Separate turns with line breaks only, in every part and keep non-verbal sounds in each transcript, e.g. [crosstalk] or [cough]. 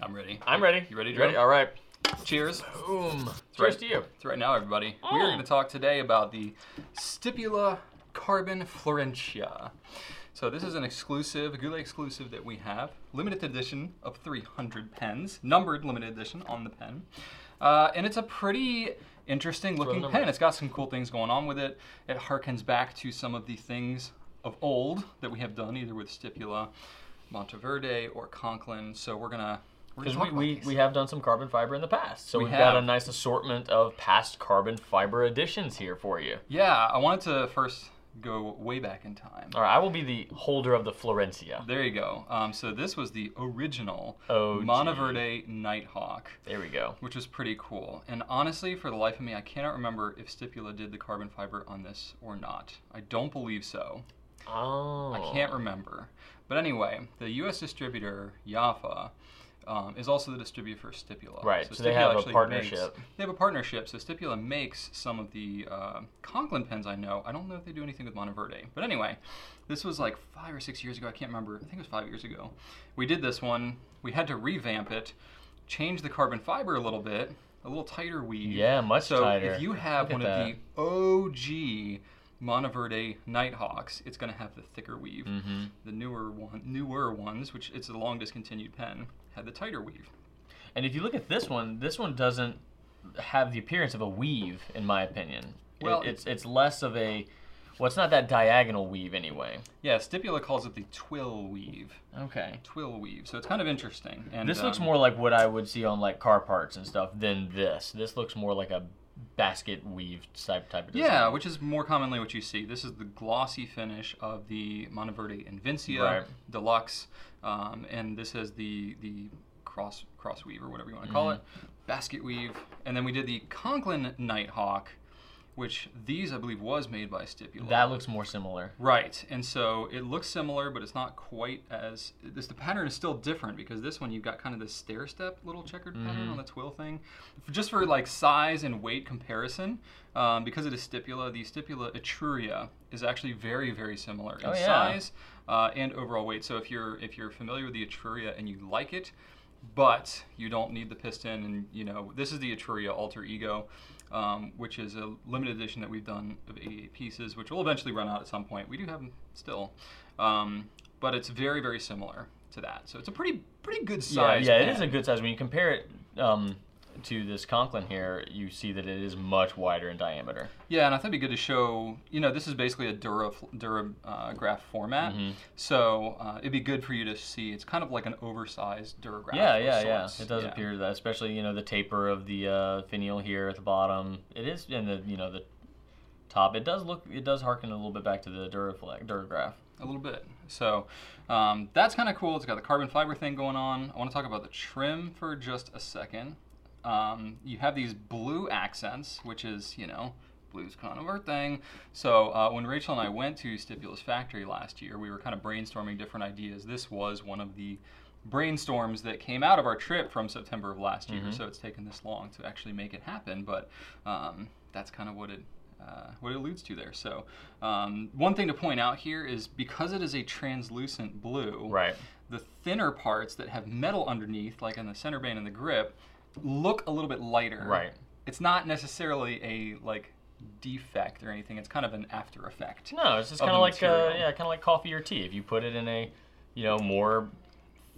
I'm ready.
I'm ready.
You ready,
You
Joe?
All right.
Cheers.
Boom.
right.
Cheers to you.
So right now, everybody, we
Mm.
are going to talk today about the Stipula Carbon Florentia. So this is an exclusive, Goulet exclusive that we have, limited edition of 300 pens, numbered limited edition on the pen, uh, and it's a pretty interesting looking
number.
pen. It's got some cool things going on with it. It harkens back to some of the things of old that we have done, either with Stipula, Monteverde, or Conklin. So we're gonna we're
Because
gonna
we,
talk about
we,
these.
we have done some carbon fiber in the past. So
We
we have got a
have.
nice assortment of past carbon fiber additions here for you.
Yeah, I wanted to first go way back in time.
All right, I will be the holder of the Florencia.
There you go. Um, so this was the original
Oh, gee.
Monteverde Nighthawk,
There we go.
which was pretty cool. And honestly, for the life of me, I cannot remember if Stipula did the carbon fiber on this or not. I don't believe so.
Oh.
I can't remember. But anyway, the U.S. distributor Yafa um, is also the distributor for Stipula.
Right, so they have a
actually
partnership.
makes- they have a partnership. So Stipula makes some of the uh, Conklin pens I know. I don't know if they do anything with Monteverde. But anyway, this was like five or six years ago. I can't remember. I think it was five years ago. We did this one. We had to revamp it, change the carbon fiber a little bit, a little tighter weave.
Yeah, much
so
tighter.
if you have
Look
one
at
of the OG Monteverde Nighthawks, it's going to have the thicker weave.
Mm-hmm.
The newer one, newer ones, which it's a long discontinued pen, had the tighter weave.
And if you look at this one, this one doesn't have the appearance of a weave, in my opinion. It-
Well-
it's it's less of a, well, it's not that diagonal weave anyway.
Yeah, Stipula calls it the twill weave.
Okay.
Twill weave. So it's kind of interesting. And
This looks
um,
more like what I would see on like car parts and stuff than this. This looks more like a basket weave type type of design.
Yeah, which is more commonly what you see. This is the glossy finish of the Monteverde Invincia
Right.
Deluxe, um, and this is the the cross cross weave or whatever you want to call it,
Mm-hmm.
basket weave. And then we did the Conklin Nighthawk, which these I believe was made by Stipula.
That looks more similar.
Right, and so it looks similar, but it's not quite as. This the pattern is still different because this one you've got kind of this stair step little checkered
Mm-hmm.
pattern on the twill thing, F- just for like size and weight comparison. Um, because it is stipula, the stipula etruria is actually very very similar in
Oh, yeah.
size uh, and overall weight. So if you're if you're familiar with the etruria and you like it, but you don't need the piston, and you know this is the etruria alter ego um, which is a limited edition that we've done of 88 pieces, which will eventually run out at some point. We do have them still, um, but it's very, very similar to that. So it's a pretty, pretty good size.
yeah, yeah, it is a
pen.
good size. When you compare it um, to this Conklin here, you see that it is much wider in diameter.
Yeah, and I thought it'd be good to show. You know, this is basically a Dura Dura uh, graph format,
Mm-hmm.
so uh, it'd be good for you to see. It's kind of like an oversized Dura graph.
Yeah,
of
yeah, yeah.
sorts.
It does
Yeah.
appear to that, especially you know the taper of the uh, finial here at the bottom. It is in the you know the top. It does look it does harken a little bit back to the Duraflex Duragraph.
a little bit. So um, that's kind of cool. It's got the carbon fiber thing going on. I want to talk about the trim for just a second. Um, you have these blue accents, which is, you know, blue's kind of our thing. So uh, when Rachel and I went to Stipula's factory last year, we were kind of brainstorming different ideas. This was one of the brainstorms that came out of our trip from September of last year. So it's taken this long to actually make it happen, but um, that's kind of what it uh, what it alludes to there. So um, one thing to point out here is because it is a translucent blue,
Right.
the thinner parts that have metal underneath, like in the center band and the grip, look a little bit lighter.
Right.
It's not necessarily a like defect or anything. It's kind of an after effect.
No, it's just
Of
kind of
the
like uh,
material.
yeah, kind of like coffee or tea. If you put it in a you know more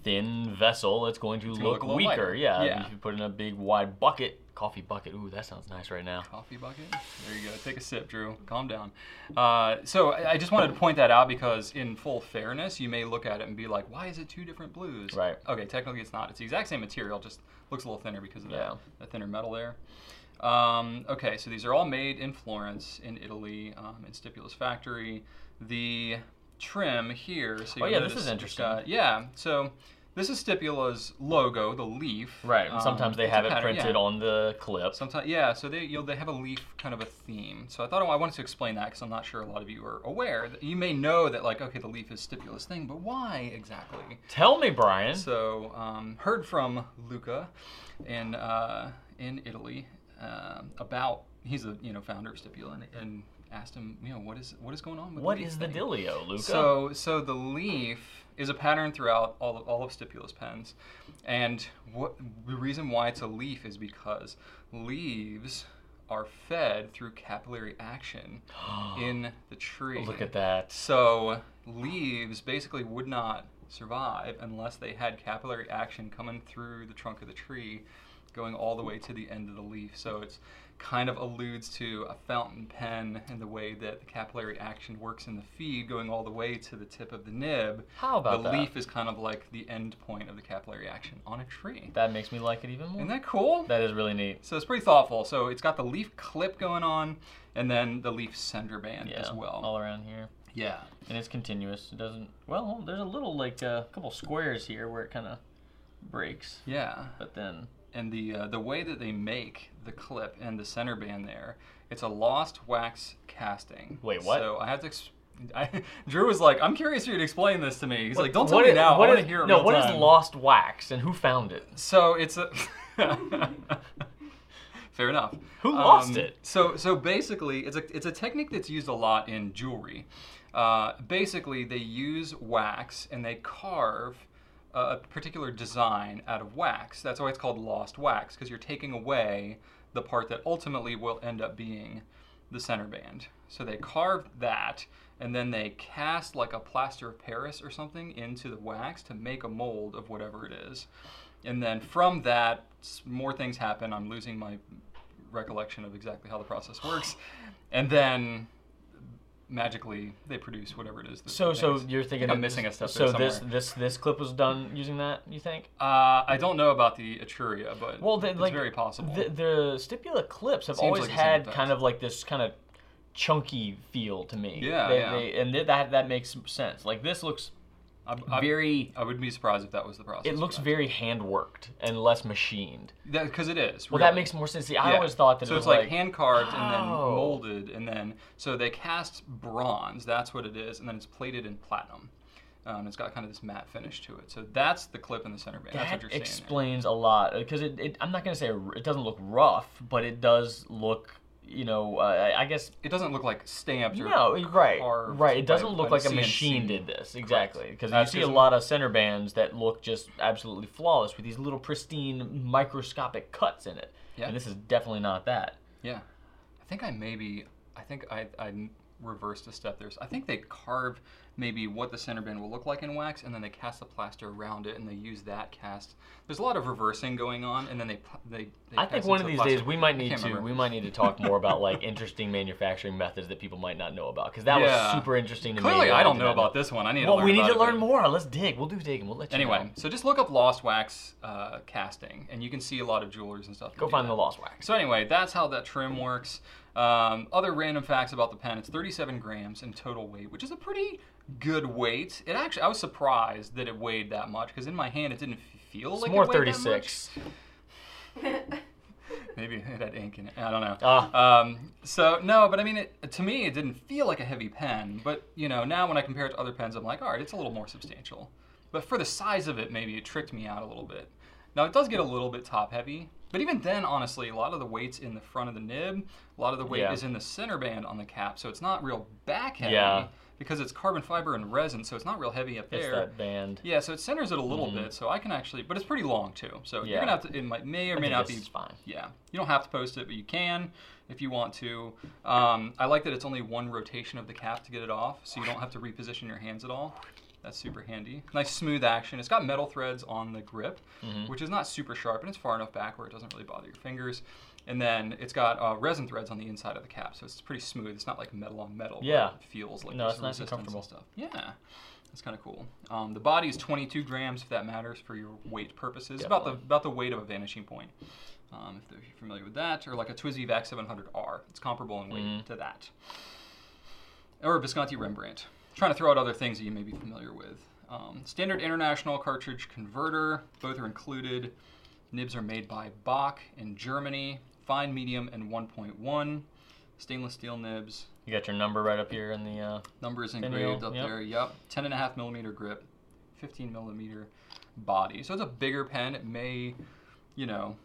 thin vessel, it's going to
gonna
look,
look a little
weaker.
lighter.
Yeah.
Yeah.
If you put it in a big wide bucket, coffee bucket. Ooh, that sounds nice right now.
coffee bucket. There you go. Take a sip, Drew. Calm down. Uh, so I, I just wanted to point that out because, in full fairness, you may look at it and be like, "Why is it two different blues?"
Right.
Okay. Technically, it's not. It's the exact same material, just looks a little thinner because of
Yeah.
that, that thinner metal there. Um, okay. So these are all made in Florence, in Italy, um, in Stipula's factory. The trim here. So
Oh,
you'll
yeah, this
notice
is
it's
interesting.
got- yeah. So. This is Stipula's logo, the leaf.
Right.
Um,
And sometimes they
it's a
have it
pattern,
printed
yeah.
on the clip.
Sometimes, yeah. So they you know, they have a leaf kind of a theme. So I thought I wanted to explain that because I'm not sure a lot of you are aware. That you may know that like okay, the leaf is stipula's thing, but why exactly?
Tell me, Brian.
So um, heard from Luca, in uh, in Italy um, about he's a you know founder of Stipula and, and asked him, you know, what is what is going on with
What
the leaf
is the
thing?
dealio, Luca?
So, so the leaf is a pattern throughout all of, all of Stipulus pens, and what the reason why it's a leaf is because leaves are fed through capillary
[gasps]
action in the tree.
look at that.
So leaves basically would not survive unless they had capillary action coming through the trunk of the tree, going all the way to the end of the leaf. So it's kind of alludes to a fountain pen and the way that the capillary action works in the feed, going all the way to the tip of the nib.
How about
the
that?
leaf is kind of like the end point of the capillary action on a tree.
That makes me like it even more.
Isn't that cool?
that is really neat.
So it's pretty thoughtful. So it's got the leaf clip going on, and then the leaf sender band
Yeah, Oh.
as well.
all around here,
yeah.
and it's continuous. It doesn't. Well, there's a little like a couple squares here where it kind of breaks,
Yeah.
but then
and the uh, the way that they make the clip and the center band there, it's a lost wax casting.
Wait, what?
So I have to. Ex- I, [laughs] Drew was like, "I'm curious for you to explain this to me." He's like, "Don't tell
What
me
is-
now.
what
I want
is-
to hear it
No,
real
what is
time."
lost wax and who found it?
So it's a. [laughs] Fair enough. Um,
Who lost it?
So so basically, it's a it's a technique that's used a lot in jewelry. Uh, basically, they use wax and they carve a, a particular design out of wax. That's why it's called lost wax because you're taking away the part that ultimately will end up being the center band. So they carve that and then they cast like a plaster of Paris or something into the wax to make a mold of whatever it is. And then from that, s- more things happen. I'm losing my recollection of exactly how the process works. And then magically they produce whatever it is. That
So,
the
so
thing is.
you're thinking
I'm
of-
missing a step
So
there
this
somewhere.
this this clip was done using that. You think?
Uh, I don't know about the Etruria, but
Well, the,
it's
like
very possible.
The, the stipula clips have
Seems
always
like the same
had
effect.
kind of like this kind of chunky feel to me.
Yeah,
They-
yeah.
they- and th- that that makes sense. Like this looks
I, I,
very.
I would be surprised if that was the process.
It looks very hand worked and less machined.
because it is.
Well, that
really.
makes more sense. See, I
Yeah.
always thought that
so
it was
it's like, hand carved and then
Wow.
molded and then so they cast bronze. That's what it is, and then it's plated in platinum. Um, it's got kind of this matte finish to it. So that's the clip in the center band. that's what
that
you're seeing. there.
explains a lot because it, it. I'm not gonna say r- it doesn't look rough, but it does look. You know, uh, I- I guess
It doesn't look like stamped or
No, right,
carved
right.
by-
It doesn't look
by
like a
CNC.
machine did this exactly because you
That's
see a
'cause-
lot of center bands that look just absolutely flawless with these little pristine microscopic cuts in it.
Yeah.
And this is definitely not that.
Yeah, I think I maybe I think I I reversed a step there. So I think they carve maybe what the center band will look like in wax, and then they cast the plaster around it, and they use that cast. There's a lot of reversing going on, and then they pl- they. they
I
cast
think one
into
of
the
these
plaster.
days we might
I
need
can't
to
remember.
we might need to talk more
[laughs]
about like interesting manufacturing methods that people might not know about because that
Yeah.
was super interesting to me.
Clearly,
that
I don't
did
know
not
about this one. I need to
Well,
learn
we need
about
to
it,
learn
but-
more. Let's dig. We'll do digging. We'll let you
Anyway,
know.
so just look up lost wax uh, casting, and you can see a lot of jewelers and stuff. that
go
do
find
that.
the lost wax.
So anyway, that's how that trim works. Um, other random facts about the pen: it's 37 grams in total weight, which is a pretty good weight. It actually, I was surprised that it weighed that much because in my hand it didn't f- feel
It's
like
more
it weighed that much. [laughs]
36.
Maybe [laughs] it had ink in it. I don't know.
Ah.
Um, so no, but I mean, it, to me, it didn't feel like a heavy pen. But you know, now when I compare it to other pens, I'm like, all right, it's a little more substantial. But for the size of it, maybe it tricked me out a little bit. Now it does get a little bit top heavy, but even then, honestly, a lot of the weight's in the front of the nib. A lot of the weight
Yeah.
is in the center band on the cap, so it's not real back heavy
Yeah.
because it's carbon fiber and resin, so it's not real heavy up there.
It's that band.
Yeah, so it centers it a little
Mhm.
bit, so I can actually, but it's pretty long too. So
Yeah.
you're gonna have to. It might, may or
I
may
think
not
this
be
is fine.
yeah, you don't have to post it, but you can if you want to. Um, I like that it's only one rotation of the cap to get it off, so you don't have to reposition your hands at all. That's super handy. Nice smooth action. It's got metal threads on the grip, which is not super sharp, and it's far enough back where it doesn't really bother your fingers. And then it's got uh, resin threads on the inside of the cap, so it's pretty smooth. It's not like metal on metal. but
Yeah.
it feels like
No,
there's
it's nice and
resistance
comfortable.
stuff. Yeah. That's kind of cool. Um, the body is 22 grams, if that matters for your weight purposes. About the about the weight of a vanishing point, um, if they're familiar with that, or like a Twizy VAC 700R. It's comparable in weight
Mm-hmm.
to that, or a Visconti Rembrandt. trying to throw out other things that you may be familiar with. Um, standard international cartridge converter. Both are included. Nibs are made by Bach in Germany. Fine, medium, and 1.1. Stainless steel nibs.
You got your number right up here in the. Uh,
Number is
Finial,
engraved up
yep.
there. Yep. 10 and a half millimeter grip, 15 millimeter body. So it's a bigger pen. It may, you know,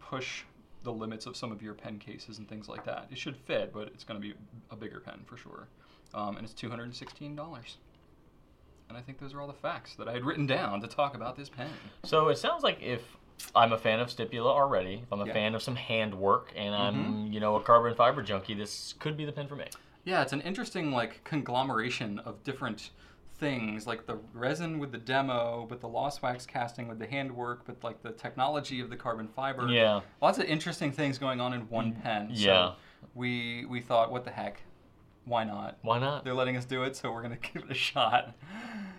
push the limits of some of your pen cases and things like that. It should fit, but it's going to be a bigger pen for sure. Um, and it's two hundred and sixteen dollars. And I think those are all the facts that I had written down to talk about this pen.
So it sounds like if I'm a fan of Stipula already, if I'm a
Yeah. Mm-hmm.
fan of some handwork, and I'm you know a carbon fiber junkie, this could be the pen for me.
Yeah, it's an interesting like conglomeration of different things, like the resin with the demo, but the lost wax casting with the handwork, but like the technology of the carbon fiber.
Yeah. Mm-hmm.
Lots of interesting things going on in one pen.
Yeah.
So we we thought, what the heck? Why not?
Why not?
They're letting us do it, so we're gonna [laughs] give it a shot.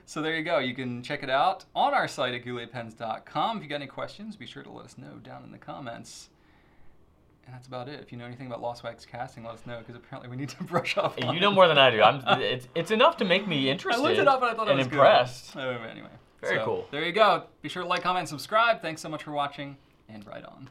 So there you go. You can check it out on our site at gouletpens.com. If you got any questions, be sure to let us know down in the comments. And that's about it. If you know anything about Lost Wax casting, let us know because apparently we need to [laughs] brush up.
Hey,
on
You
it.
know more than I do. I'm. It's, it's enough to make me
I
interested.
looked it up and I thought I
and
was
impressed.
Good. Oh, anyway,
Very cool.
There you go. Be sure to like, comment, and subscribe. Thanks so much for watching, and right on.